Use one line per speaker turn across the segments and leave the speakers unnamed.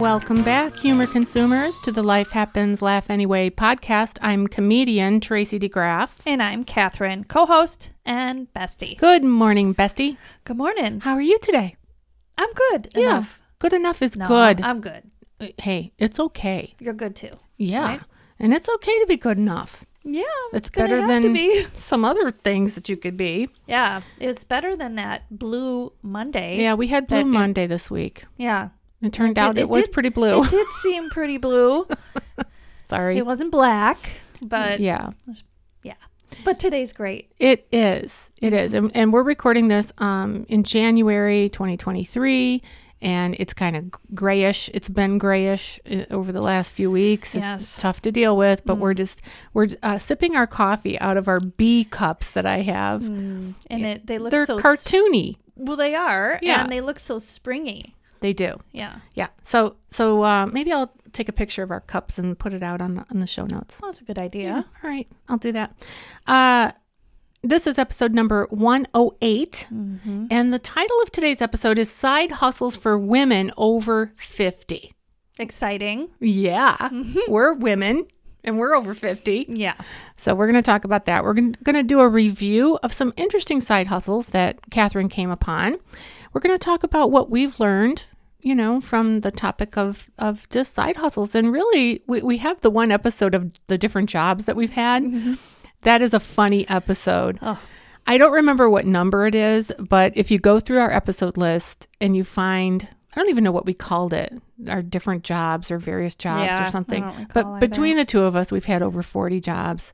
Welcome back, humor consumers, to the Life Happens Laugh Anyway podcast. I'm comedian Tracy DeGraff.
And I'm Catherine, co host and bestie.
Good morning, bestie.
Good morning.
How are you today?
I'm good. Enough.
Good enough is
No,
good.
I'm good.
Uh, hey, it's okay.
You're good too.
Yeah.
Right?
And it's okay to be good enough.
Yeah.
It's
gonna
better
have
than
to be.
some other things that you could be.
Yeah. It's better than that blue Monday.
Yeah, we had Blue
That-
Monday this week.
Yeah.
It turned out it,
did-
was
did-
pretty blue.
It did seem pretty blue.
Sorry.
it wasn't black, but yeah.
yeah.
But today's great.
It is. It is. And, and we're recording this um, in January 2023, and it's kind of grayish. It's been grayish uh, over the last few weeks. It's
Yes. Mm.
tough to deal with, but we're just we're uh, sipping our coffee out of our B cups that I have.
And it they look
Mm, They're
Mm. so s-
cartoony.
well they are
Yeah.
and they look so springy.
They do.
Yeah.
Yeah. So so uh, maybe I'll take a picture of our cups and put it out on on the show notes.
Well, that's a good idea.
Oh, All right. I'll do that. Uh, this is episode number 108. And the title of today's episode is Side Hustles for Women Over 50.
Exciting.
Yeah. We're women and we're over 50.
Yeah.
So we're going to talk about that. We're going to do a review of some interesting side hustles that Catherine came upon. We're going to talk about what we've learned, you know, from the topic of of just side hustles. And really, we, we have the one episode of the different jobs that we've had. That is a funny episode.
Oh.
I don't remember what number it is, but if you go through our episode list and you find. I don't even know what we called it, our different jobs or various jobs
Yeah,
or
I
something.
don't recall
But
either.
between the two of us, we've had over 40 jobs.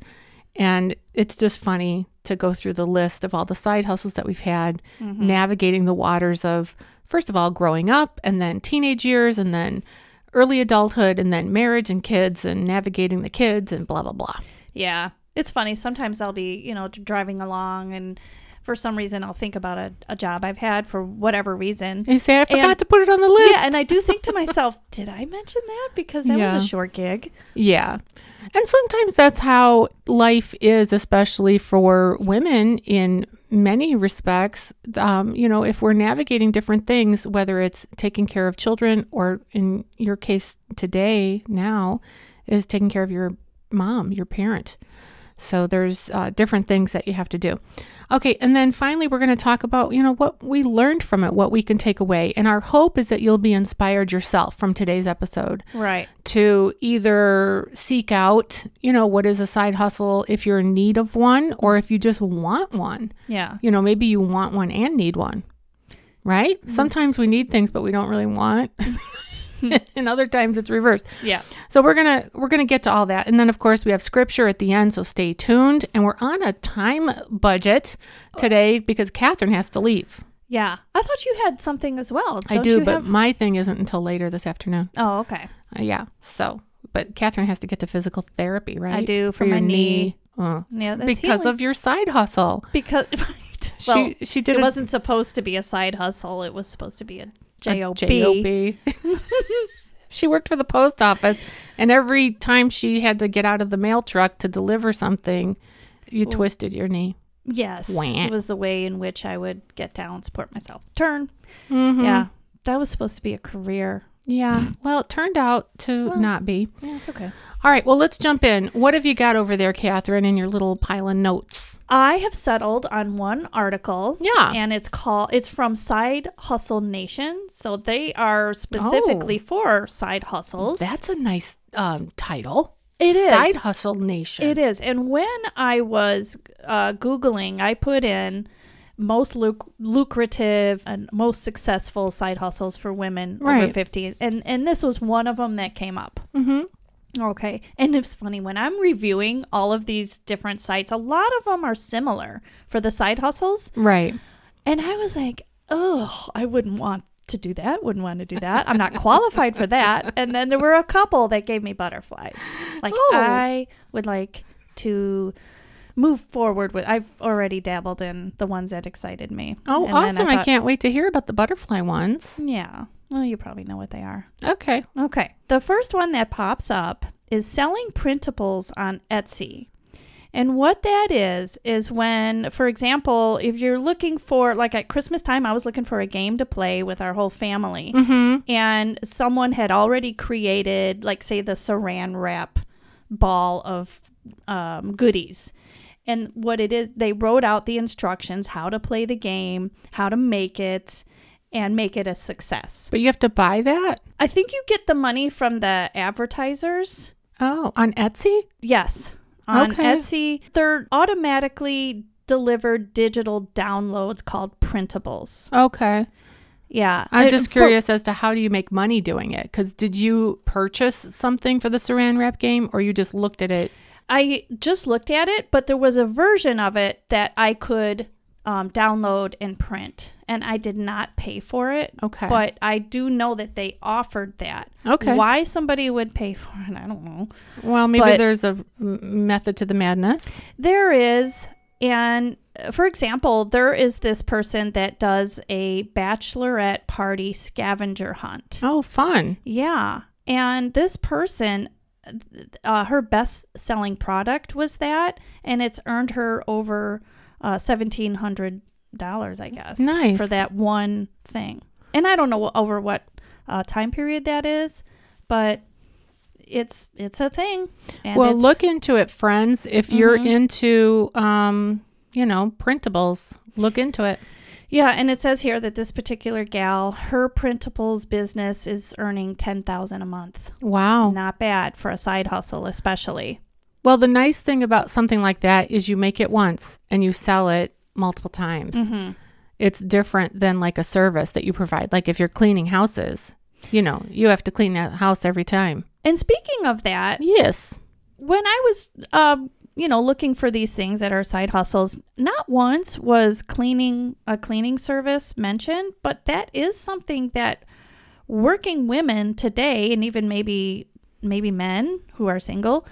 And it's just funny to go through the list of all the side hustles that we've had,
Mm-hmm.
navigating the waters of, first of all, growing up and then teenage years and then early adulthood and then marriage and kids and navigating the kids and blah, blah, blah.
Yeah. It's funny. Sometimes I'll be, you know, d- driving along and for some reason I'll think about a, a job I've had for whatever reason.
And you say, I forgot
And-
to put it on the list.
Yeah. And I do think to myself, did I mention that? Because that
Yeah.
was a short gig.
Yeah. And sometimes that's how life is, especially for women in many respects. Um, you know, if we're navigating different things, whether it's taking care of children or in your case today, now, is taking care of your mom, your parent. So there's uh, different things that you have to do. Okay, and then finally, we're going to talk about you know what we learned from it, what we can take away, and our hope is that you'll be inspired yourself from today's episode
Right.
to either seek out, you know, what is a side hustle if you're in need of one or if you just want one.
Yeah.
You know, maybe you want one and need one, right?
Mm-hmm.
Sometimes we need things but we don't really want. and other times it's reversed.
Yeah.
So we're going to we're going to get to all that. And then of course we have scripture at the end, so stay tuned and we're on a time budget today because Catherine has to leave.
Yeah. I thought you had something as well.
I
Don't
do,
you
but
have-
my thing isn't until later this afternoon.
Oh, okay.
Uh, yeah. So, but Catherine has to get to physical therapy, right?
do, for my knee.
Uh,
Yeah, that's
because
healing.
of your side hustle.
because right.
She
Well,
she did
it
a-
wasn't supposed to be a side hustle. It was supposed to be a
a
job.
J-O-B. she worked for the post office, and every time she had to get out of the mail truck to deliver something, you twisted your knee.
Yes,
Wah.
it was the way in which I would get down, support myself, turn.
Mhm.
Yeah, Mm-hmm. that was supposed to be a career.
Yeah. Well, it turned out to not be.
Yeah, it's okay.
All right. Well, let's jump in. What have you got over there, Catherine, in your little pile of notes?
I have settled on one article.
Yeah.
And it's called it's from Side Hustle Nation. So they are specifically for side hustles.
That's a nice um, title.
It is.
Side Hustle Nation.
It is. And when I was uh, Googling, I put in most luc- lucrative and most successful side hustles for women over
Right.
50. And, and this was one of them that came up. Mm-hmm. Okay. And it's funny, when I'm reviewing all of these different sites, a lot of them are similar for the side hustles.
Right.
And I was like, oh, I wouldn't want to do that. Wouldn't want to do that. I'm not qualified for that. And then there were a couple that gave me butterflies. Like,
Oh.
I would like to move forward with, I've already dabbled in the ones that excited me.
Oh,
And then
awesome. I,
thought,
can't wait to hear about the butterfly ones.
Yeah. Well, you probably know what they are.
Okay.
Okay. The first one that pops up is selling printables on Etsy. And what that is, is when, for example, if you're looking for, like at Christmas time, I was looking for a game to play with our whole family, and someone had already created, like, say, the saran wrap ball of um, goodies. And what it is, they wrote out the instructions how to play the game, how to make it, and make it a success.
But you have to buy that?
I think you get the money from the advertisers.
Oh, on Etsy?
Yes. On
Okay.
Etsy, they're automatically delivered digital downloads called printables.
Okay.
Yeah.
I'm
Uh,
just
for-
curious as to how do you make money doing it? Because did you purchase something for the saran wrap game or you just looked at it?
I just looked at it, but there was a version of it that I could um, download and print, and I did not pay for it.
Okay.
But I do know that they offered that.
Okay.
Why somebody would pay for it, I don't know.
Well, maybe
But-
there's a m- method to the madness.
There is, and uh, for example, there is this person that does a bachelorette party scavenger hunt.
Oh, fun.
Yeah. And this person, uh, her best selling product was that, and it's earned her over uh, $1,700, I guess.
Nice.
For that one thing. And I don't know wh- over what uh, time period that is, but it's it's a thing. And
well,
it's-
look into it, friends. If you're
Mhm.
into, um, you know, printables, look into it.
Yeah, and it says here that this particular gal, her printables business is earning 10,000 a month.
Wow.
Not bad for a side hustle especially.
Well, the nice thing about something like that is you make it once and you sell it multiple times.
Mhm.
It's different than like a service that you provide. Like if you're cleaning houses, you know, you have to clean that house every time.
And speaking of that,
Yes.
when I was uh, you know, looking for these things that are side hustles, not once was cleaning a cleaning service mentioned, but that is something that working women today and even maybe maybe men who are single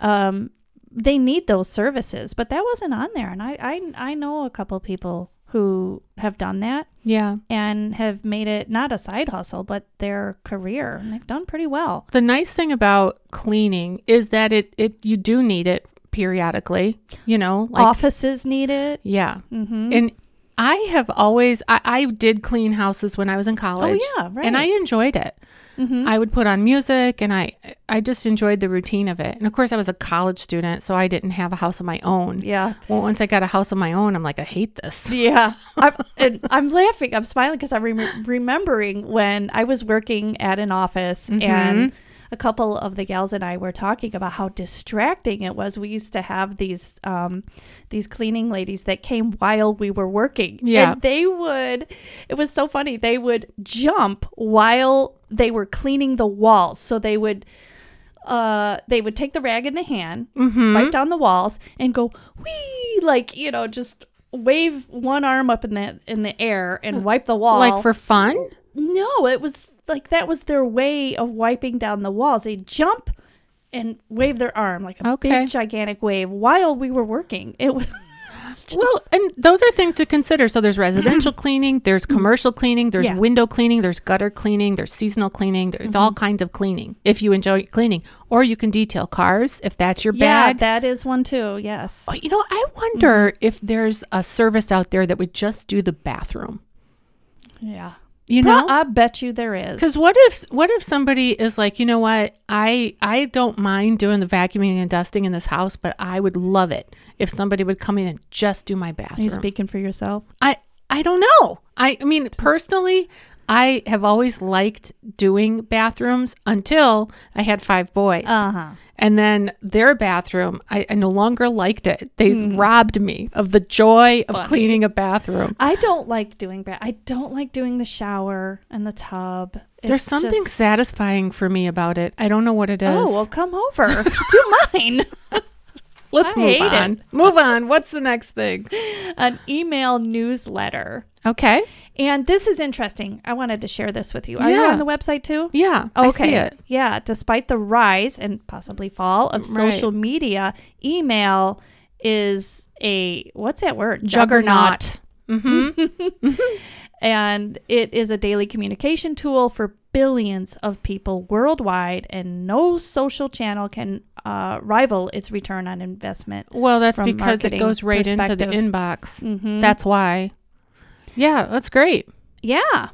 um, they need those services but that wasn't on there and I, I i know a couple people who have done that
Yeah.
and have made it not a side hustle but their career and they've done pretty well
The nice thing about cleaning is that it, it you do need it periodically, you know, like Mm-hmm.
offices need it
yeah.
Mm-hmm.
And I have always I, I did clean houses when I was in college.
Oh, yeah, right. Mm-hmm.
And I enjoyed it. I would put on music and I I just enjoyed the routine of it. And of course I was a college student, so I didn't have a house of my own.
yeah
Well, once I got a house of my own, I'm like, I hate this.
Yeah, I'm, and I'm laughing. I'm smiling because I'm rem remembering when I was working at an office and a couple of the gals and I were talking about how distracting it was. We used to have these um, these cleaning ladies that came while we were working.
Yeah.
and they would. It was so funny. They would jump while they were cleaning the walls. So they would uh, they would take the rag in the hand,
Mm-hmm.
wipe down the walls, and go wee, like you know, just wave one arm up in the in the air and wipe the wall.
Like for fun?
no, it was like that was their way of wiping down the walls. They jump and wave their arm like a
Okay.
big gigantic wave while we were working. It was it's just,
Well, and those are things to consider. So there's residential cleaning, there's commercial cleaning, there's
Yeah.
window cleaning, there's gutter cleaning, there's seasonal cleaning. There's all kinds of cleaning if you enjoy cleaning. Or you can detail cars if that's Mm-hmm. your
yeah,
bag.
that is one too. Yes,
Oh, you know, I wonder if there's a service out there that would just do the bathroom.
yeah.
You
Pro-
know?
I bet you there is.
Because what if what if somebody is like, you know what, I I don't mind doing the vacuuming and dusting in this house, but I would love it if somebody would come in and just do my
are you
bathroom.
speaking for yourself?
I I don't know. I, I mean personally, I have always liked doing bathrooms until I had five boys.
huh.
And then their bathroom, I, I no longer liked it. They
Mm-hmm.
robbed me of the joy of cleaning a bathroom.
I don't like doing that. I don't like doing the shower and the tub. It's
There's something
just-
satisfying for me about it. I don't know what it is.
oh well, come over. Do mine.
Let's
I
move
hate it.
on. Move on. What's the next thing?
An email newsletter,
Okay.
and this is interesting. I wanted to share this with you. Are you
Yeah.
on the website too?
Yeah. I see it.
Yeah. Despite the rise and possibly fall of
Right.
social media, email is a what's that word?
Mm-hmm. Juggernaut.
And it is a daily communication tool for billions of people worldwide, and no social channel can uh, rival its return on investment.
Well, that's
From
because it
marketing
goes right into the
perspective.
inbox.
Mm-hmm.
That's why. Yeah, that's great.
yeah,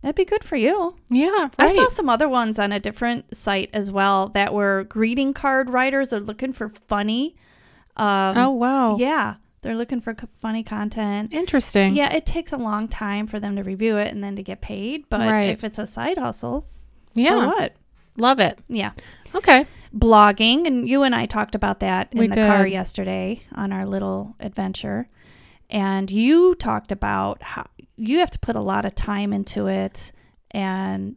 that'd be good for you.
Yeah, right.
I saw some other ones on a different site as well that were greeting card writers. They're looking for funny. Um,
oh wow,
yeah, they're looking for c- funny content.
interesting.
Yeah, it takes a long time for them to review it and then to get paid. But
Right.
if it's a side hustle,
yeah,
so what?
love it.
Yeah.
Okay,
Blogging, and you and I talked about that in
We
the car
did.
yesterday on our little adventure. And you talked about how you have to put a lot of time into it and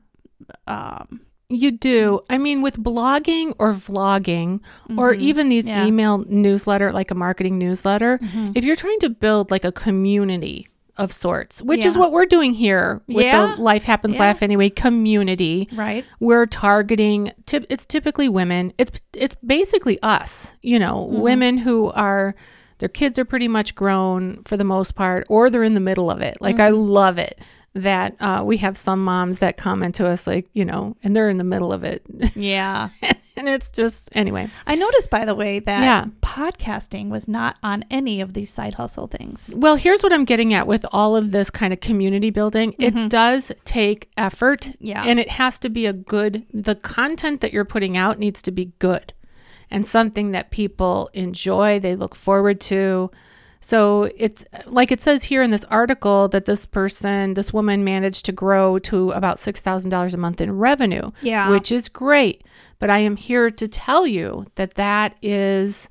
um,
you do. I mean, with blogging or vlogging, or
mhm.
even these
Yeah.
email newsletter, like a marketing newsletter,
Mhm.
if you're trying to build like a community of sorts, which is
Yeah.
what we're doing here with
Yeah.
the Life Happens
Yeah.
Laugh Anyway community.
right.
we're targeting typ it's typically women it's it's basically us you know women who are their kids are pretty much grown for the most part or they're in the middle of it like i love it that uh, we have some moms that comment to us like you know and they're in the middle of it
Yeah.
and it's just anyway
I noticed, by the way, that
Yeah.
podcasting was not on any of these side hustle things.
well here's what i'm getting at with all of this kind of community building it does take effort
Mm-hmm. Yeah.
and it has to be a good the content that you're putting out needs to be good and something that people enjoy they look forward to so it's like it says here in this article that this person this woman managed to grow to about $6000 a month in revenue
Yeah.
which is great but i am here to tell you that that is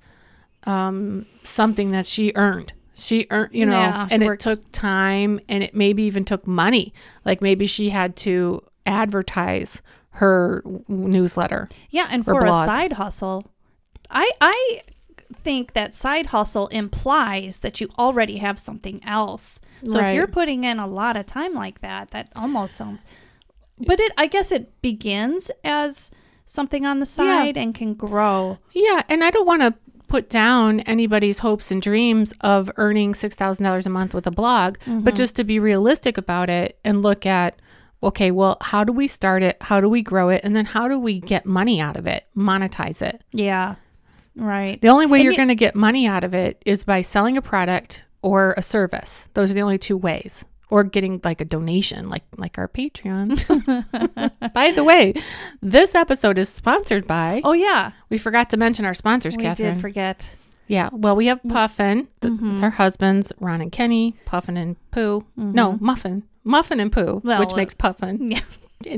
um, something that she earned she earned you know
Yeah, she
and it
worked.
took time and it maybe even took money like maybe she had to advertise her w- newsletter
Yeah, and
or
for a
blog.
side hustle, I I think that side hustle implies that you already have something else. So
Right.
if you're putting in a lot of time like that, that almost sounds. But it, I guess, it begins as something on the side and can grow.
yeah and i don't want to put down anybody's hopes and dreams of earning $6000 a month with a blog but just to be realistic about it and look at okay well how do we start it how do we grow it and then how do we get money out of it monetize it
Yeah, right.
The only way
And
you're
you-
going to get money out of it is by selling a product or a service. Those are the only two ways. Or getting like a donation, like like our Patreon. by the way, this episode is sponsored by.
Oh yeah,
We forgot to mention our sponsors,
we
Catherine.
did Mm-hmm. forget.
yeah, well, we have Puffin. th- It's
Mm-hmm.
our husbands, Ron and Kenny. Puffin and Pooh. No, Muffin. Muffin and Pooh,
Mm-hmm. Well,
which
uh,
makes Puffin.
Yeah.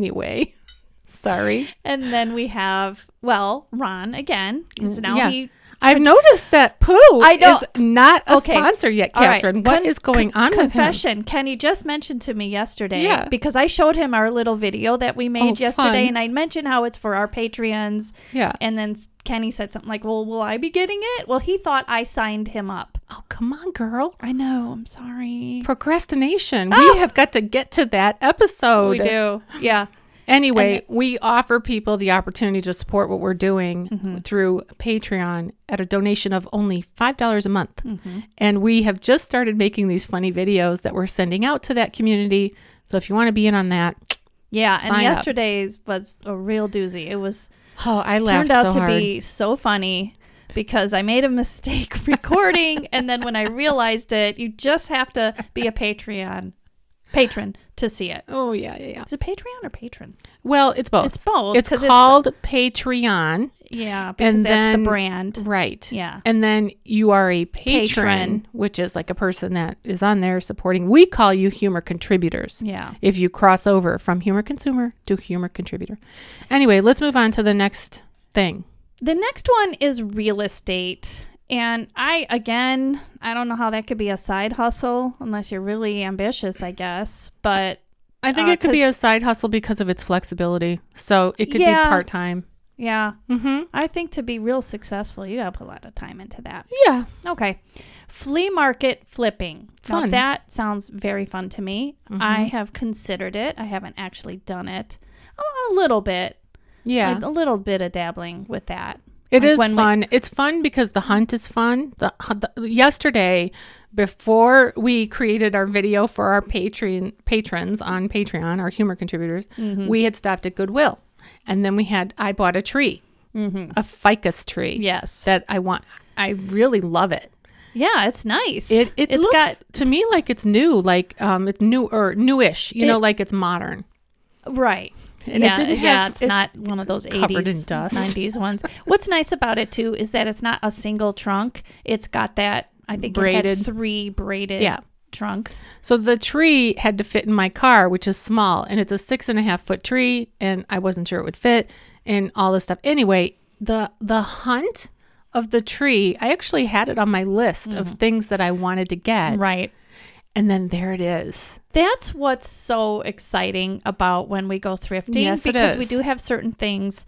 Anyway, sorry.
And then we have well, Ron again. 'cause now
Mm, Yeah.
he
I've noticed that Pooh
I know-
is not a
Okay.
sponsor yet,
All right.
Catherine. What
Con-
is going on with him?
confession kenny just mentioned to me yesterday
Yeah.
because i showed him our little video that we made
Oh,
yesterday
fun.
and i mentioned how it's for our patreons
Yeah.
and then s- kenny said something like well will i be getting it well he thought i signed him up
oh, come on, girl. Oh.
i know i'm sorry
Procrastination. We have got to get to that episode.
we do yeah
Anyway, we offer people the opportunity to support what we're doing through Patreon at a donation of only $5 a month. And we have just started making these funny videos that we're sending out to that community. So if you want to be in on that,
yeah
Sign up.
and yesterday's was a real doozy it was
oh, I
turned out to be so funny because I made a mistake recording, and then when I realized it, you just have to be a Patreon patron to see it.
Oh, yeah, yeah, yeah.
Is it Patreon or patron?
Well, it's both.
It's both.
Oh, It's
'cause
called Patreon.
yeah, because
and
that's
then-
the brand.
Right.
Yeah.
And then you are a patron,
Patron.
which is like a person that is on there supporting. We call you humor contributors.
Yeah.
If you cross over from humor consumer to humor contributor. Anyway, let's move on to the next thing.
The next one is real estate. And I, again, I don't know how that could be a side hustle unless you're really ambitious, I guess. But
I think
Uh,
it could be a
'cause-
side hustle because of its flexibility. So it could be
Yeah.
part time.
yeah,
Mm-hmm.
I think to be real successful, you got to put a lot of time into that.
Yeah.
Okay. Flea market flipping. Now,
Fun. Mm-hmm.
that sounds very fun to me. I have considered it, I haven't actually done it. A, a little bit.
Yeah.
Like, a little bit of dabbling with that.
It
Like
is
when we-
fun. it's fun because the hunt is fun. The, the yesterday, before we created our video for our patron patrons on Patreon, our humor contributors,
Mm-hmm.
we had stopped at Goodwill, and then we had I bought a tree,
Mm-hmm.
a ficus tree.
Yes.
that I want. I really love it.
yeah, it's nice.
It it
has
looks
got
to me like it's new, like um, it's new or newish. You know,
It-
like it's modern.
Right.
And it
yeah,
didn't
yeah,
have-
it's
it-
not one of those 80s,
covered in dust.
90s ones. What's nice about it too is that it's not a single trunk. It's got that I think it
Braided.
had three braided
Yeah.
trunks.
So the tree had to fit in my car, which is small, and it's a six and a half foot tree, and I wasn't sure it would fit, and all this stuff. Anyway, the the hunt of the tree, I actually had it on my list of things that I wanted to get,
Mm-hmm. Right.
and then there it is.
That's what's so exciting about when we go thrifting
Yes, it
because we
is.
do have certain things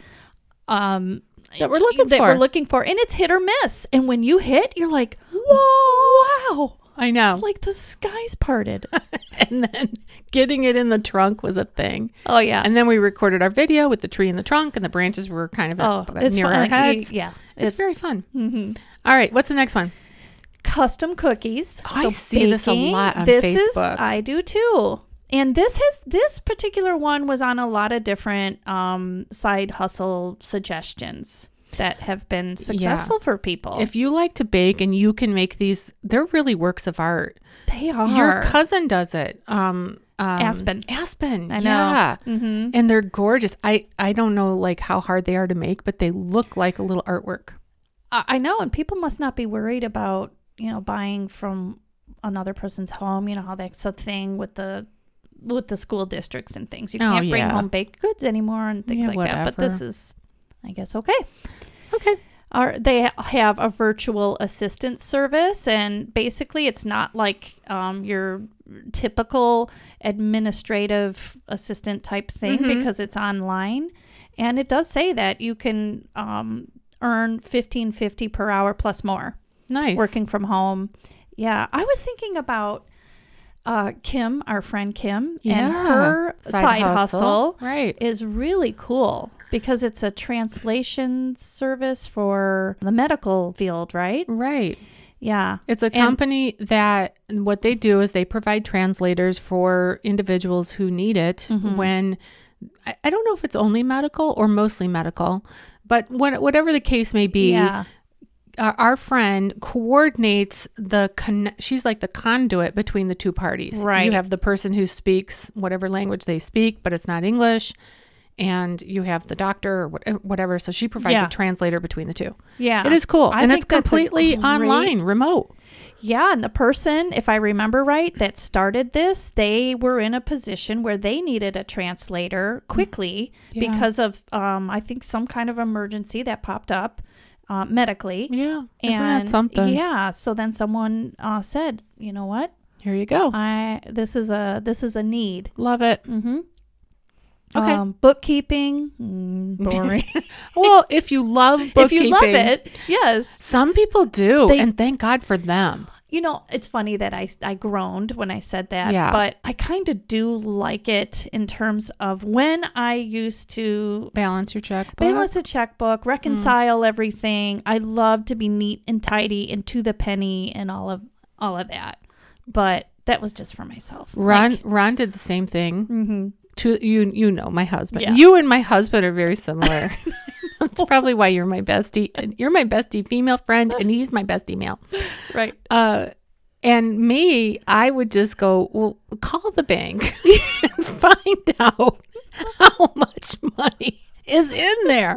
um
That we're looking
that
for.
we're looking for and it's hit or miss. And when you hit, you're like, "Whoa, wow."
I know.
Like the sky's parted.
And then getting it in the trunk was a thing.
oh yeah.
And then we recorded our video with the tree in the trunk, and the branches were kind of
oh,
up- up
it's
near our
fun.
heads.
Yeah.
It's, very fun.
Mm-hmm.
All right, what's the next one?
custom cookies.
I see this a lot on
this
Facebook.
Is, I do too. And this has this particular one was on a lot of different um, side hustle suggestions that have been successful for people.
If you like to bake and you can make these, they're really works of art.
they are
Your cousin does it. Um, um,
Aspen.
Aspen.
I know.
Yeah.
Mhm.
And they're gorgeous. I I don't know like how hard they are to make, but they look like a little artwork.
I I know, and people must not be worried about you know buying from another person's home. You know how that's a thing with the with the school districts and things. You
Oh,
can't bring
yeah.
home baked goods anymore and
Yeah,
things like that. But
whatever.
this is, I guess, okay.
Okay.
are they have a virtual assistant service and basically it's not like um, your typical administrative assistant type thing because it's online and it does say that you can um, earn 1550 per hour plus more
Nice.
working from home yeah i was thinking about uh, kim our friend kim and
Yeah.
her side, hustle
Right.
is really cool because it's a translation service for the medical field, right?
Right.
Yeah.
It's a
And-
company that what they do is they provide translators for individuals who need it
Mm-hmm.
when I, I don't know if it's only medical or mostly medical, but when, whatever the case may be,
Yeah.
our, our friend coordinates the con- she's like the conduit between the two parties
Right.
you have the person who speaks whatever language they speak but it's not english and you have the doctor or what- whatever so she provides
Yeah.
a translator between the two
Yeah.
it is cool
I
and
think
it's
that's a
completely
great-
online remote
Yeah. And the person, if I remember right, that started this, they were in a position where they needed a translator quickly
Mm. Yeah.
because of, um, I think, some kind of emergency that popped up uh, medically.
yeah
And
isn't that something
Yeah. So then someone uh, said, you know what?
here you go
I this is a this is a need.
love it
Mm-hmm.
Okay.
Um, bookkeeping, mm, boring.
well if you love
if
bookkeeping
you love it, yes.
some people do
They-
and thank god for them
You know, it's funny that I, I groaned when I said that,
Yeah.
but I kind of do like it in terms of when I used to
balance your checkbook
balance a checkbook,
Mm.
reconcile everything. I love to be neat and tidy and to the penny and all of all of that. But that was just for myself.
ron
Like,
ron did the same thing
mhm.
to you you know my husband
Yeah.
you and my husband are very similar that's probably why you're my bestie and you're my bestie female friend and he's my bestie male
Right.
uh and me i would just go well call the bank and find out how much money is in there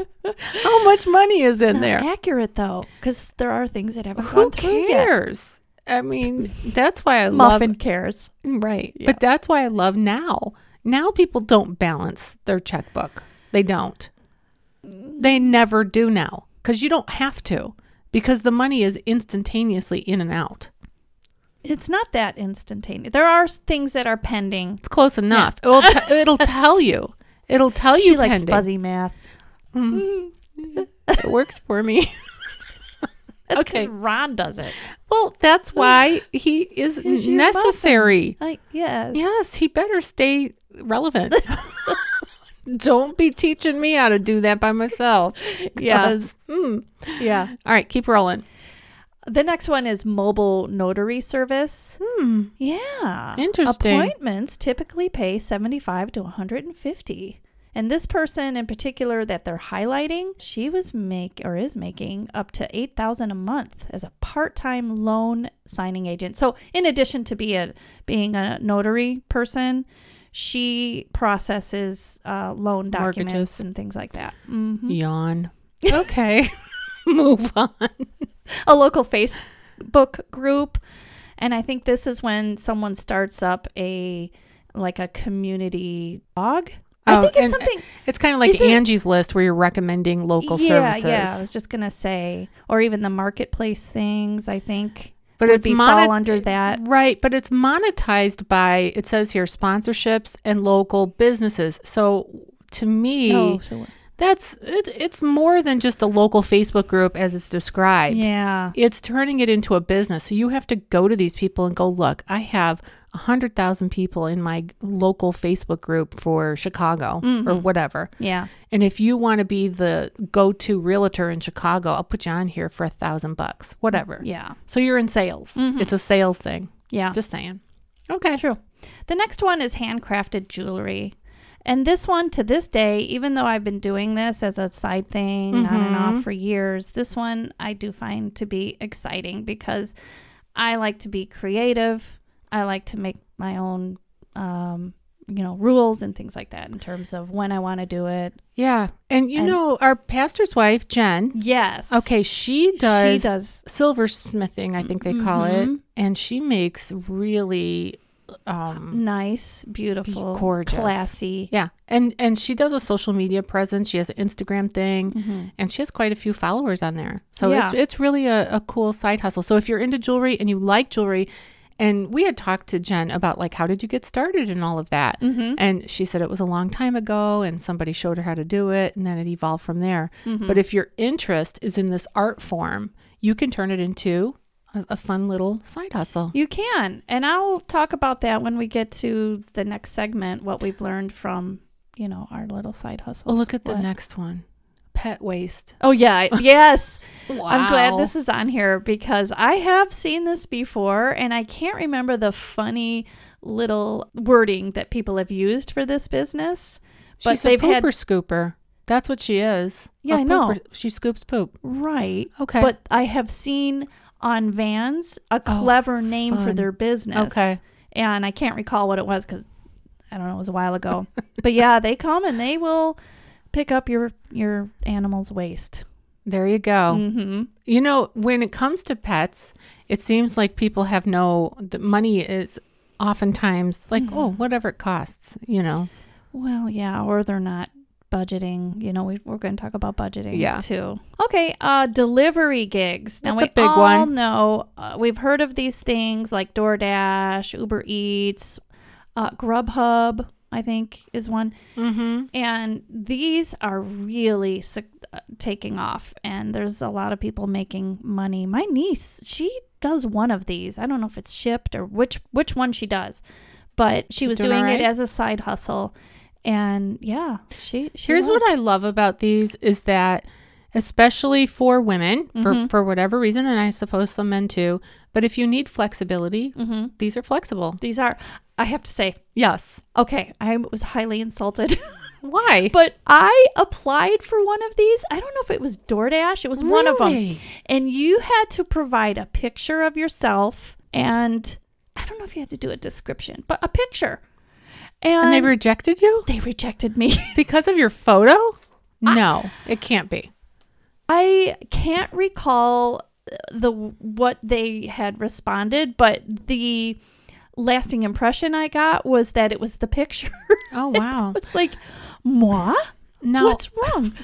how much money is in
Not
there
accurate though, because there are things that haven't
who
gone through yet.
cares i mean that's why i love
Muffin cares.
right
Yeah.
but that's why i love now now people don't balance their checkbook they don't they never do now because you don't have to because the money is instantaneously in and out
It's not that instantaneous. There are s- things that are pending.
it's close enough it'll, t- it'll tell you it'll tell you
she likes
pending.
fuzzy math.
it works for me
That's
Okay.
okay. Ron does it.
well that's why he is
He's your
necessary
I yes.
yes he better stay relevant Don't be teaching me how to do that by myself.
Yeah.
'Cause, mm.
Yeah.
All right, keep rolling.
Mm-hmm. The next one is mobile notary service.
Hmm.
Yeah.
Interesting.
Appointments typically pay 75 to 150. And this person in particular that they're highlighting, she was make or is making up to 8,000 a month as a part-time loan signing agent. So, in addition to be a being a notary person, she processes uh, loan documents
Mortgages.
and things like that. Mhm.
Yawn. Okay. Move on.
a local Facebook group. And I think this is when someone starts up a like a community blog. I
Oh,
think it's
and-
something
It's kind of like
Is it-
Angie's list where you're recommending local
yeah,
services.
Yeah, I was just gonna say, or even the marketplace things. I think
But
would
it's
be
monet-
fall under that.
Right, but it's monetized by it says here sponsorships and local businesses. So to me,
Oh, so
that's it's it's more than just a local Facebook group as it's described.
yeah,
It's turning it into a business. So you have to go to these people and go, look, I have a hundred thousand people in my local Facebook group for Chicago or
Mm-hmm.
whatever.
yeah,
And if you want to be the go-to realtor in Chicago, I'll put you on here for a thousand bucks, whatever.
yeah, Mm-hmm.
So you're in sales. It's a sales thing.
yeah.
Just saying. Okay. True.
The next one is handcrafted jewelry. And this one to this day, even though I've been doing this as a side thing on and
Mm-hmm.
off for years, this one I do find to be exciting because I like to be creative. I like to make my own, um, you know, rules and things like that in terms of when I want to do it.
Yeah. And you
And-
know, our pastor's wife, Jen,
Yes.
okay, she does,
She does.
silversmithing, I think they call it.
Mhm.
And she makes really um
Nice, beautiful,
Gorgeous.
classy.
yeah. And and she does a social media presence. She has an Instagram thing
Mhm.
and she has quite a few followers on there. So it's
Yeah.
it's really a, a cool side hustle. So if you're into jewelry and you like jewelry, and we had talked to Jen about like how did you get started and all of that.
Mhm.
And she said it was a long time ago and somebody showed her how to do it and then it evolved from there.
Mm-hmm.
But if your interest is in this art form, you can turn it into a, a fun little side hustle.
You can. And I'll talk about that when we get to the next segment, what we've learned from, you know, our little side hustles.
Oh, look at the
What-
next one. Pet waste.
Oh, yeah. I- Yes.
Wow.
I'm glad this is on here because I have seen this before and I can't remember the funny little wording that people have used for this business. But
She's
they've
a pooper
had.
scooper. That's what she is.
Yeah,
I
I know.
She scoops poop.
Right.
Okay.
But I have seen on vans a
Oh,
clever name for
fun.
their business.
Okay.
And I can't recall what it was because I don't know, it was a while ago. but yeah, they come and they will pick up your your animal's waste.
There you go.
Mm-hmm.
You know, when it comes to pets, it seems like people have no the money is oftentimes like, oh, whatever it costs, you know.
Well, yeah, or they're not budgeting. You know, we, we're going to talk about budgeting
Yeah.
too. Okay, uh, delivery gigs. now
That's
we
a big
all
one.
know uh, we've heard of these things like DoorDash, Uber Eats, uh, Grubhub. I think is one.
Mm-hmm.
And these are really su- uh, taking off, and there's a lot of people making money. My niece, she does one of these. I don't know if it's shipped or which which one she does, but she
She's
was
doing
doing
alright?
it as a side hustle, and yeah, she. she
Here's
was.
what I love about these is that especially for women for, for whatever reason and I suppose some men too, but if you need flexibility, these are flexible.
these are. I have to say,
Yes.
okay, I was highly insulted,
Why?
but I applied for one of these. I don't know if it was DoorDash. It was one of them.
Really?
and you had to provide a picture of yourself and I don't know if you had to do a description, but a picture. And,
And they
they,
rejected you
rejected me.
because of your photo? No, it can't be.
I can't recall the what they had responded, but the lasting impression I got was that it was the picture.
Oh wow.
it's like, moi?
No.
What's wrong?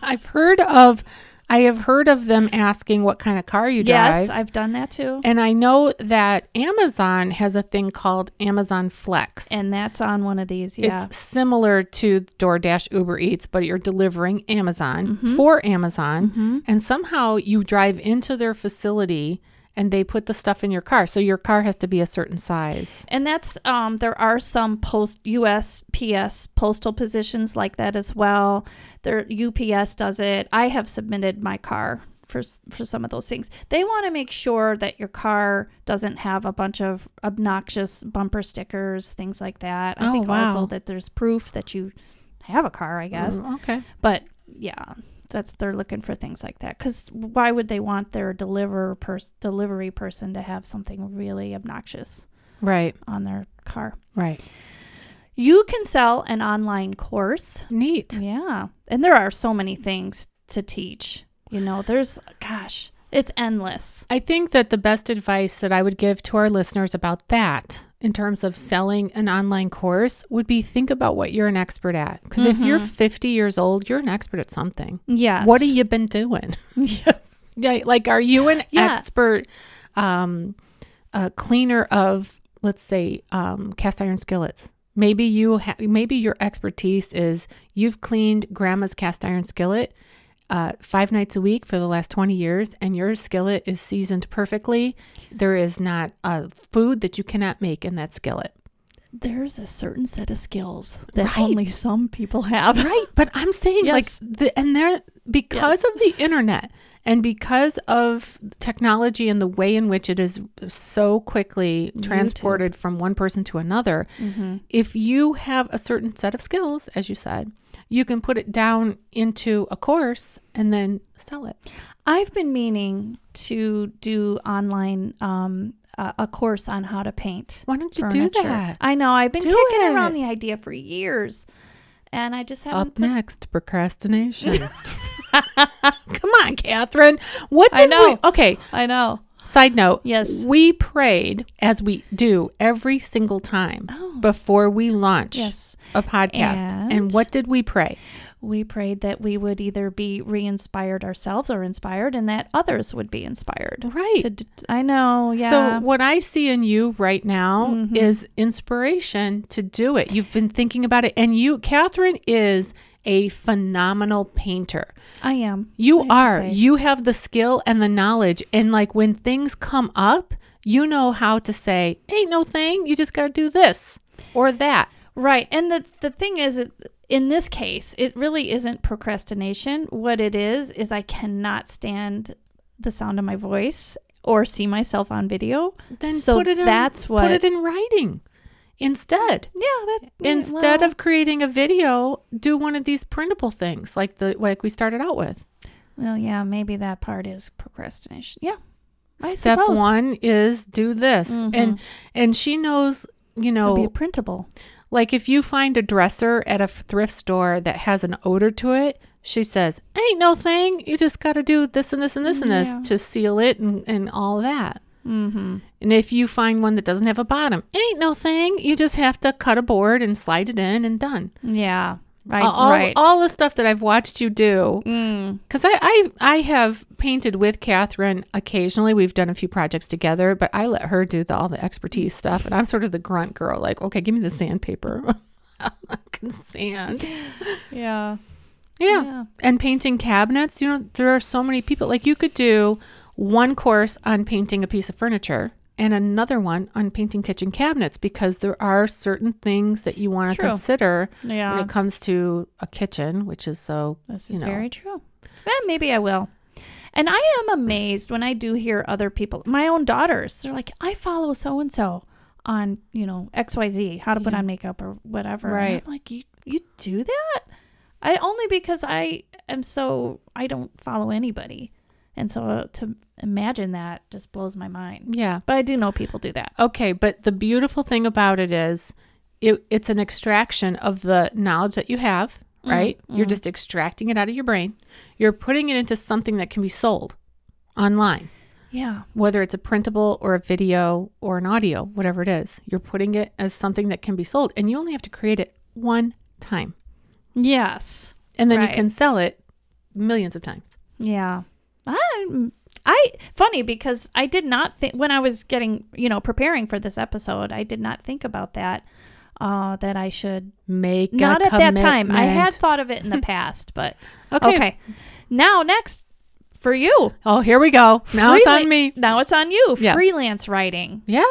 I've heard of I have heard of them asking what kind of car you
yes,
drive.
I've done that too.
and I know that Amazon has a thing called Amazon Flex.
And that's on one of these. Yeah.
It's similar to DoorDash, Uber Eats, but you're delivering
Mm-hmm.
Amazon for Amazon. And somehow you drive into their facility and they put the stuff in your car. So your car has to be a certain size.
And that's um, there are some post USPS postal positions like that as well. There UPS does it. I have submitted my car for s- for some of those things. They want to make sure that your car doesn't have a bunch of obnoxious bumper stickers, things like that. I
Oh,
think
wow.
also that there's proof that you have a car. I guess,
Mm, Okay.
but yeah. That's they're looking for things like that because why would they want their deliver pers- delivery person to have something really obnoxious?
Right.
on their car.
Right.
You can sell an online course.
Neat.
Yeah. And there are so many things to teach. You know, there's, gosh, it's endless.
I think that the best advice that I would give to our listeners about that in terms of selling an online course would be think about what you're an expert at. Because if you're 50 years old, you're an expert at something.
Yes.
What have you been doing? yeah, like, are you an
Yeah.
expert um, uh, cleaner of, let's say, um, cast iron skillets? Maybe you ha- maybe your expertise is you've cleaned grandma's cast iron skillet uh, five nights a week for the last 20 years and your skillet is seasoned perfectly. There is not a food that you cannot make in that skillet.
There's a certain set of skills that
Right.
only some people have.
Right. But I'm saying
Yes.
like the and there because of the internet and because of technology and the way in which it is so quickly transported from one person to another,
Mm-hmm.
if you have a certain set of skills, as you said, you can put it down into a course and then sell it.
I've been meaning to do online, um, a a course on how to paint.
Why don't you do
furniture.
that?
I know. I've been
Do
kicking around
it.
the idea for years, and I just haven't.
Up next, procrastination. Come on, Catherine. What
I
did
know.
we okay.
I know.
Side note.
Yes.
We prayed as we do every single time before we launch
Oh. Yes.
a podcast. And?
And?
what did we pray?
we prayed that we would either be re-inspired ourselves or inspired and that others would be inspired
Right.
To d- i know yeah Mm-hmm.
So what I see in you right now is inspiration to do it. You've been thinking about it and you Catherine is a phenomenal painter.
i am I
You
have to
are.
say.
You have the skill and the knowledge. And like when things come up, you know how to say, ain't no thing. You just got to do this or that.
right and the the thing is it- in this case it really isn't procrastination what it is is i cannot stand the sound of my voice or see myself on video
Then
so
put it in,
that's what
put it in writing instead.
yeah that
Instead
well,
of creating a video, do one of these printable things like the like we started out with.
well yeah maybe that part is procrastination yeah I
Step
suppose. Mm-hmm.
one is do this, and and she knows you
It'd
know
be printable
Like if you find a dresser at a f- thrift store that has an odor to it, she says, "Ain't no thing. You just got to do this and this and this and
Yeah.
this to seal it and and all that."
mm-hmm
And if you find one that doesn't have a bottom, ain't no thing. You just have to cut a board and slide it in and done.
yeah right
all,
right Mm.
all the stuff that I've watched you do, because I, I I have painted with Catherine occasionally. We've done a few projects together, but I let her do the, all the expertise stuff, and I'm sort of the grunt girl. Like, okay, give me the sandpaper, Fucking sand.
yeah
Yeah.
Yeah.
and painting cabinets. You know, there are so many people. Like, you could do one course on painting a piece of furniture. And another one on painting kitchen cabinets because there are certain things that you want to
True.
consider when
Yeah,
it comes to a kitchen, which is so
this
you
is
know.
very true. Eh, maybe I will. And I am amazed when I do hear other people, my own daughters, they're like, I follow so and so on, you know, XYZ, how to put
Yeah.
on makeup or whatever. And
Right.
I'm like, you, you do that? I only because I am so, I don't follow anybody. And so uh, to imagine that just blows my mind.
yeah.
But I do know people do that.
Okay, but the beautiful thing about it is it, it's an extraction of the knowledge that you have,
Mm-hmm.
right? You're just extracting it out of your brain. You're putting it into something that can be sold online,
Yeah.
whether it's a printable or a video or an audio, whatever it is. You're putting it as something that can be sold and you only have to create it one time.
Yes.
And then you
Right.
can sell it millions of times.
Yeah. I I funny because I did not think when I was getting, you know, preparing for this episode, I did not think about that uh that I should
Make a
not at that time. I
commitment.
had thought of it in the past, but
okay.
okay. Now next for you.
Oh, here we go. Now it's
Freela-
on me.
Now it's on you.
Yeah.
Freelance writing.
Yeah,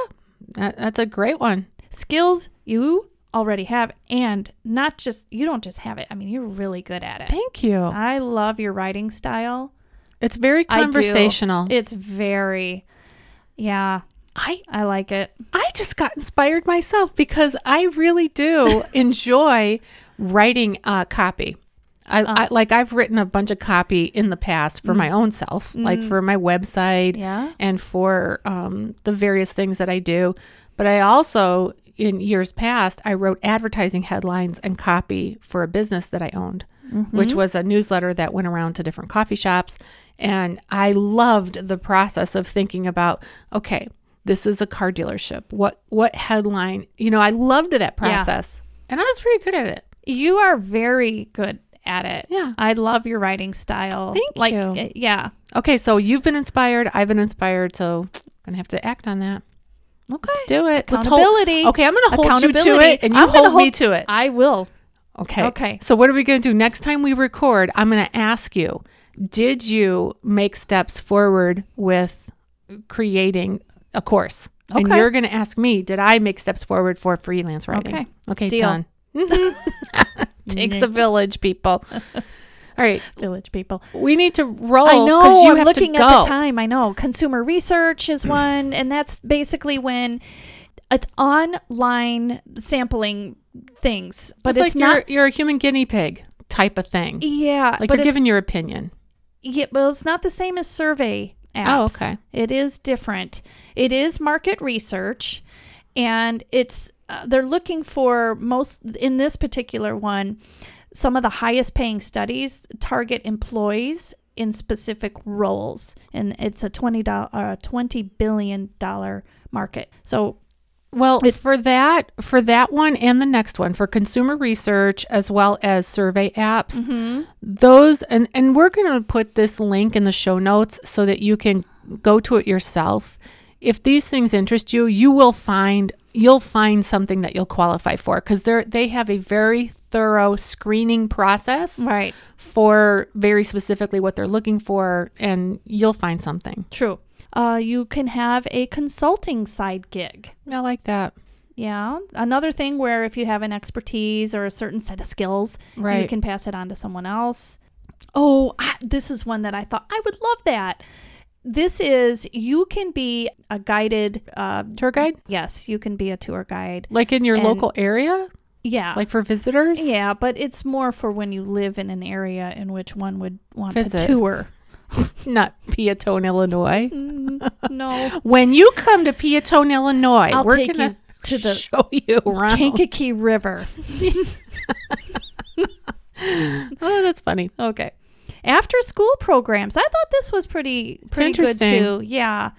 that, that's a great one.
Skills you already have and not just you don't just have it. I mean, you're really good at it.
Thank you.
I love your writing style.
It's very
I do.
conversational.
It's very yeah,
I
I like it.
I just got inspired myself because I really do enjoy writing uh, copy. I, I like I've written a bunch of copy in the past for my own self, like for my website
Yeah.
and for um, the various things that I do. But I also, in years past, I wrote advertising headlines and copy for a business that I owned, which was a newsletter that went around to different coffee shops. And I loved the process of thinking about, okay, this is a car dealership. What what headline? You know, I loved that process, and I was pretty good at it.
You are very good at it.
Yeah.
I love your writing style.
Thank
like,
you.
uh, yeah.
Okay, so you've been inspired. I've been inspired. So I'm gonna have to act on that.
Okay.
Let's do it. Let's hold.
Accountability.
Okay, I'm gonna hold you to
Accountability.
it, and you
I'm gonna
hold me
hold-
to it.
I will.
Okay.
Okay.
So what are we going to do next time we record? I'm going to ask you, did you make steps forward with creating a course? And
Okay.
you're going to ask me, did I make steps forward for freelance writing?
Okay.
Okay,
Deal.
done. Takes a village, people. All right,
Village people.
we need to roll.
I know.
'cause you
I'm
have
looking
to go.
at the time. I know. Consumer research is one, and that's basically when it's online sampling things, but
It's,
it's,
like
not.
you're, you're a human guinea pig type of thing.
yeah,
Like
but
you're
it's,
giving your opinion. Oh,
yeah, well, it's not the same as survey apps.
okay.
It is different. It is market research, and it's uh, they're looking for most in this particular one. Some of the highest paying studies target employees in specific roles, and it's a twenty dollar, uh, twenty billion dollar market. So
Well, for that, for that one and the next one, for consumer research as well as survey apps, those and and we're going to put this link in the show notes so that you can go to it yourself. If these things interest you, you will find you'll find something that you'll qualify for because they are they have a very thorough screening process
right,
for very specifically what they're looking for, and you'll find something.
true. Uh, you can have a consulting side gig.
I like that.
Yeah. Another thing where if you have an expertise or a certain set of skills, you
Right.
can pass it on to someone else. Oh, I, this is one that I thought I would love that. This is you can be a guided. Uh,
Tour guide,
yes, you can be a tour guide.
like in your
And-
local area,
Yeah.
like for visitors.
yeah, but it's more for when you live in an area in which one would want to
Visit.
tour.
not Peatone, Illinois.
Mm, no,
When you come to Peatone, Illinois,
I'll
we're
take
gonna
you to the
show you around.
Kankakee River.
oh, that's funny.
Okay. After school programs. I thought this was pretty pretty good
interesting.
too. Yeah.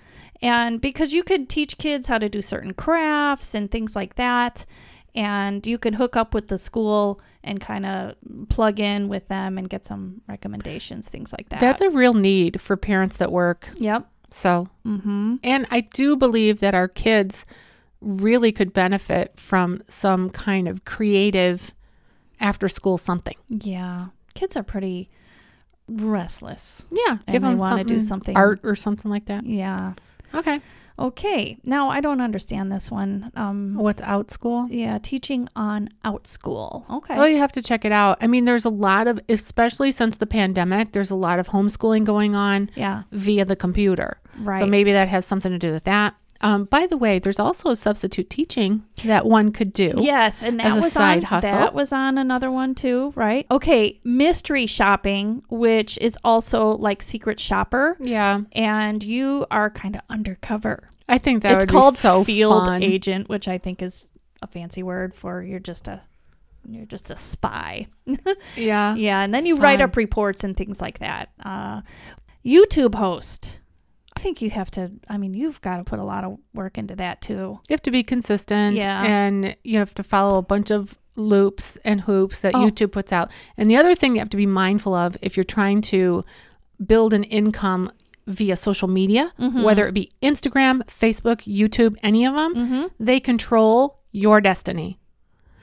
And because you could teach kids how to do certain crafts and things like that and you could hook up with the school and kind of plug in with them and get some recommendations things like that.
That's a real need for parents that work.
Yep.
So,
Mhm.
and I do believe that our kids really could benefit from some kind of creative after school something.
Yeah. Kids are pretty restless.
Yeah,
And they wanna do something-
art or something like that.
Yeah.
Okay,
Okay. Now I don't understand this one. Um
what's out school?
yeah, teaching on out school. Okay.
Oh, you have to check it out. I mean, there's a lot of, especially since the pandemic, there's a lot of homeschooling going on
yeah.
via the computer.
Right.
So maybe that has something to do with that. Um, by the way, there's also a substitute teaching that one could do.
Yes, and that
as a
was
side
on
hustle.
that was on another one too, right? Okay, mystery shopping, which is also like secret shopper,
Yeah.
and you are kind of undercover.
I think that
it's
would
called
be so
field
fun.
agent, which I think is a fancy word for you're just a you're just a spy.
Yeah.
yeah, and then you write
Uh, Fun.
up reports and things like that. Uh, YouTube host. I think you have to. I mean, you've got to put a lot of work into that too.
You have to be consistent
Yeah.
and you have to follow a bunch of loops and hoops that
Oh.
YouTube puts out. And the other thing you have to be mindful of if you're trying to build an income via social media,
Hmm.
whether it be
Mm-hmm.
Instagram, Facebook, YouTube, any of them, they control your destiny.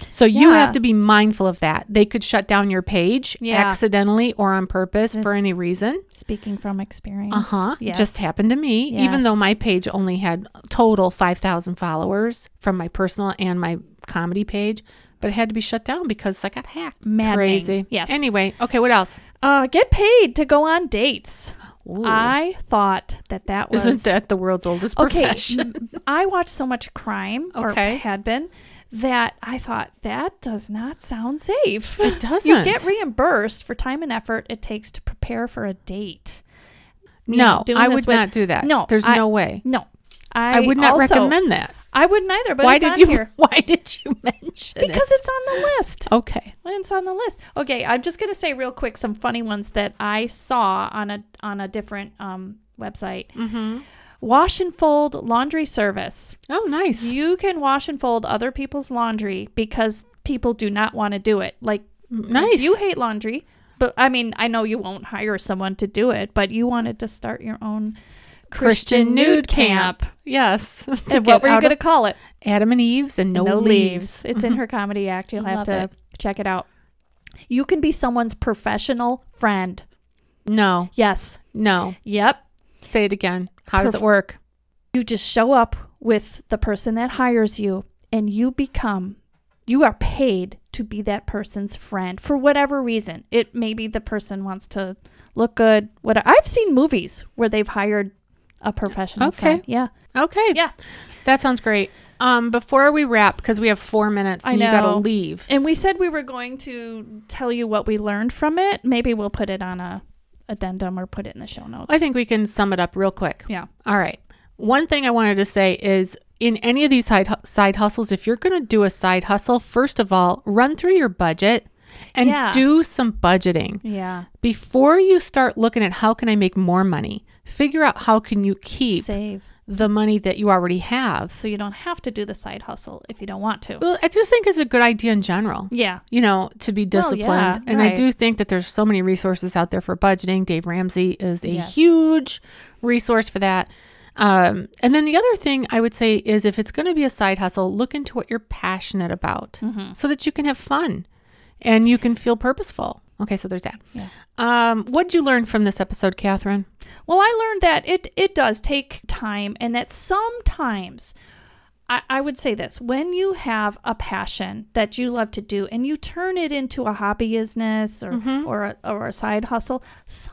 So you
Yeah.
have to be mindful of that. They could shut down your page
Yeah.
accidentally or on purpose
This-
for any reason.
Speaking from experience.
Uh huh. It
Yes.
Just happened to me. Even though
Yes.
my page only had total 5,000 followers from my personal and my comedy page, but it had to be shut down because I got hacked.
Maddening.
Crazy.
Yes.
Anyway, okay, what else?
Uh, get paid to go on dates.
Ooh.
I thought that that was
Isn't that the world's oldest
okay.
profession?
I watched so much crime,
Okay.
or had been, that I thought that does not sound safe.
It doesn't.
You get reimbursed for time and effort it takes to prepare for a date. You know,
no,
doing
I
this
would
with-
not do that.
No,
There's
I-
no way.
No,
I,
I,
would not
also-
recommend that.
I wouldn't either. But
Why
it's
did
on
you?
here
Why did you mention it?
because it's on the list.
Okay.
It's on the list. Okay, I'm just gonna say real quick some funny ones that I saw on a on a different um, website.
Mm-hmm.
Wash and fold laundry service.
Oh, nice.
You can wash and fold other people's laundry because people do not want to do it. Like
nice.
you hate laundry, but I mean, I know you won't hire someone to do it, but you wanted to start your own Christian, nude camp.
Yes. To
And what
get
were you
out
going to
of
call it?
Adam and Eve's and no, leaves. Mm-hmm.
It's in her comedy act. You'll
Love
have to
it.
check it out. You can be someone's professional friend.
No,
Yes.
no.
Yep.
Say it again. How does
Perf-
it work?
You just show up with the person that hires you and you become you are paid to be that person's friend for whatever reason. It maybe the person wants to look good. What I've seen movies where they've hired a professional
Okay.
friend. Yeah.
Okay.
Yeah.
That sounds great. Um, before we wrap, because we have four minutes
I
and you gotta
know.
leave.
And we said we were going to tell you what we learned from it. Maybe we'll put it on a addendum or put it in the show notes.
I think we can sum it up real quick.
yeah.
All right. One thing I wanted to say is in any of these side, hu- side hustles, if you're going to do a side hustle, first of all, run through your budget and
Yeah.
do some budgeting.
Yeah.
Before you start looking at how can I make more money, figure out how can you keep
Save.
the money that you already have.
So you don't have to do the side hustle if you don't want to.
Well, I just think it's a good idea in general.
Yeah.
You know, to be disciplined.
yeah,
and I
right.
do think that there's so many resources out there for budgeting. Dave Ramsey is a
Yes.
huge resource for that. Um, and then the other thing I would say is if it's going to be a side hustle, look into what you're passionate about
Mm-hmm.
so that you can have fun and you can feel purposeful. Okay, so there's that.
Yeah.
Um, what did you learn from this episode, Catherine?
Well, I learned that it it does take time, and that sometimes. I I would say this when you have a passion that you love to do and you turn it into a hobby business or,
Mm-hmm.
or, a, or a side hustle,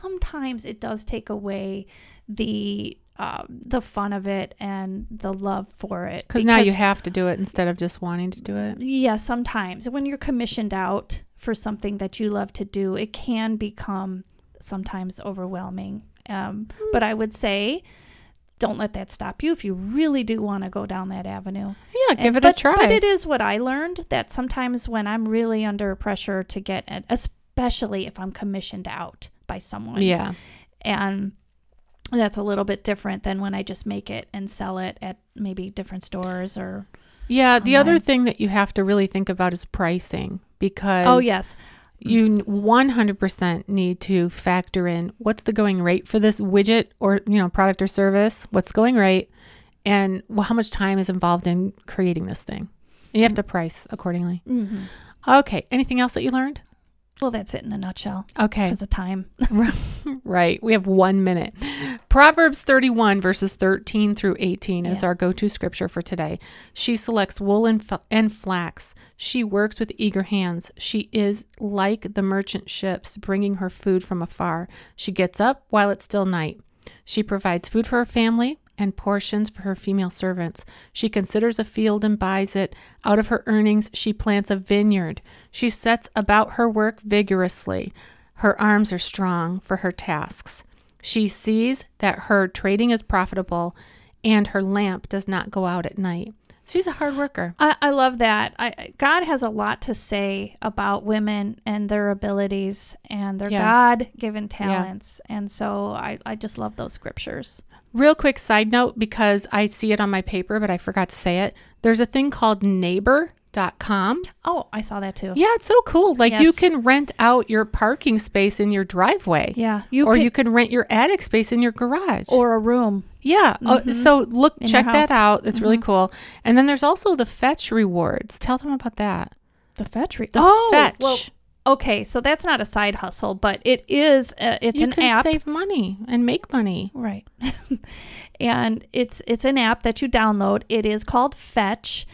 sometimes it does take away the uh, the fun of it and the love for it.
Because now you have to do it instead of just wanting to do it.
Yeah, sometimes when you're commissioned out for something that you love to do, it can become sometimes overwhelming. Um,
Hmm.
But I would say, don't let that stop you if you really do want to go down that avenue.
Yeah, give
And-
it
but,
a try.
But it is what I learned that sometimes when I'm really under pressure to get, it, especially if I'm commissioned out by someone,
yeah.
and that's a little bit different than when I just make it and sell it at maybe different stores or
Yeah, the other
online.
thing that you have to really think about is pricing because
oh yes,
you n- 100% need to factor in what's the going rate for this widget or, you know, product or service, what's going rate and wh- how much time is involved in creating this thing. And you have to price accordingly.
hmm
Okay, anything else that you learned?
well that's it in a nutshell.
Okay.
because of time.
Right. We have one minute. Proverbs 31, verses 13 through 18 is
Yeah.
our go to scripture for today. She selects wool and, f- and flax. She works with eager hands. She is like the merchant ships, bringing her food from afar. She gets up while it's still night. She provides food for her family and portions for her female servants. She considers a field and buys it. Out of her earnings, she plants a vineyard. She sets about her work vigorously. Her arms are strong for her tasks. She sees that her trading is profitable and her lamp does not go out at night. She's a hard worker.
I, I love that. I, God has a lot to say about women and their abilities and their
Yeah.
God given talents. And so I, I just love those scriptures.
Real quick side note because I see it on my paper, but I forgot to say it. There's a thing called neighbor.com.
Oh, I saw that too.
Yeah, it's so cool. Like you
Yes.
can rent out your parking space in your driveway.
Yeah. You
or
could-
you can rent your attic space in your garage.
or a room.
yeah. Oh, so look,
In your
check that
house. Mm-hmm.
out. It's really cool. And then there's also the fetch rewards. Tell them about that.
The fetch. Re-
The
oh,
fetch.
well, okay. So that's not a side hustle, but it is. A, it's
you
an
can
app.
save money and make money.
Right. and it's it's an app that you download. It is called Fetch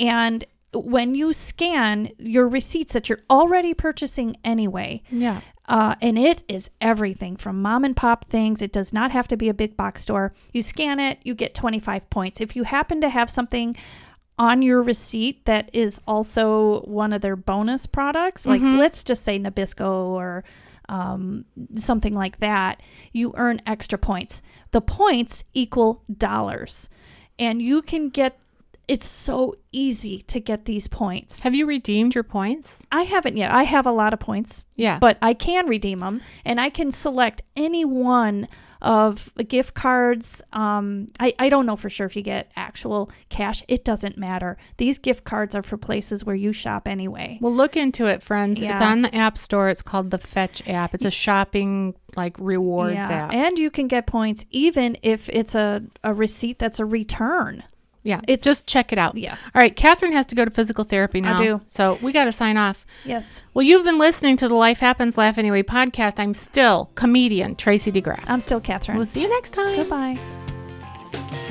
and when you scan your receipts that you're already purchasing anyway,
Yeah.
uh, and it is everything from mom and pop things. It does not have to be a big box store. You scan it, you get 25 points. If you happen to have something on your receipt that is also one of their bonus products, like let's just say Nabisco or um, something like that, you earn extra points. The points equal dollars, and you can get. It's so easy to get these points.
Have you redeemed your points?
I haven't yet. I have a lot of points
Yeah.
but I can redeem them and I can select any one of gift cards. Um, I, I don't know for sure if you get actual cash. It doesn't matter. These gift cards are for places where you shop anyway.
We'll look into it, friends. It's
Yeah.
on the App Store. It's called the Fetch app. It's a shopping like rewards app.
And you can get points even if it's a, a receipt that's a return.
yeah.
it's-
just check it out.
Yeah.
All right, Catherine has to go to physical therapy now.
do.
So we got to sign off.
Yes.
Well, you've been listening to the Life Happens Laugh Anyway podcast. I'm still comedian Tracy DeGraff.
I'm still Catherine.
We'll see you next time.
Goodbye.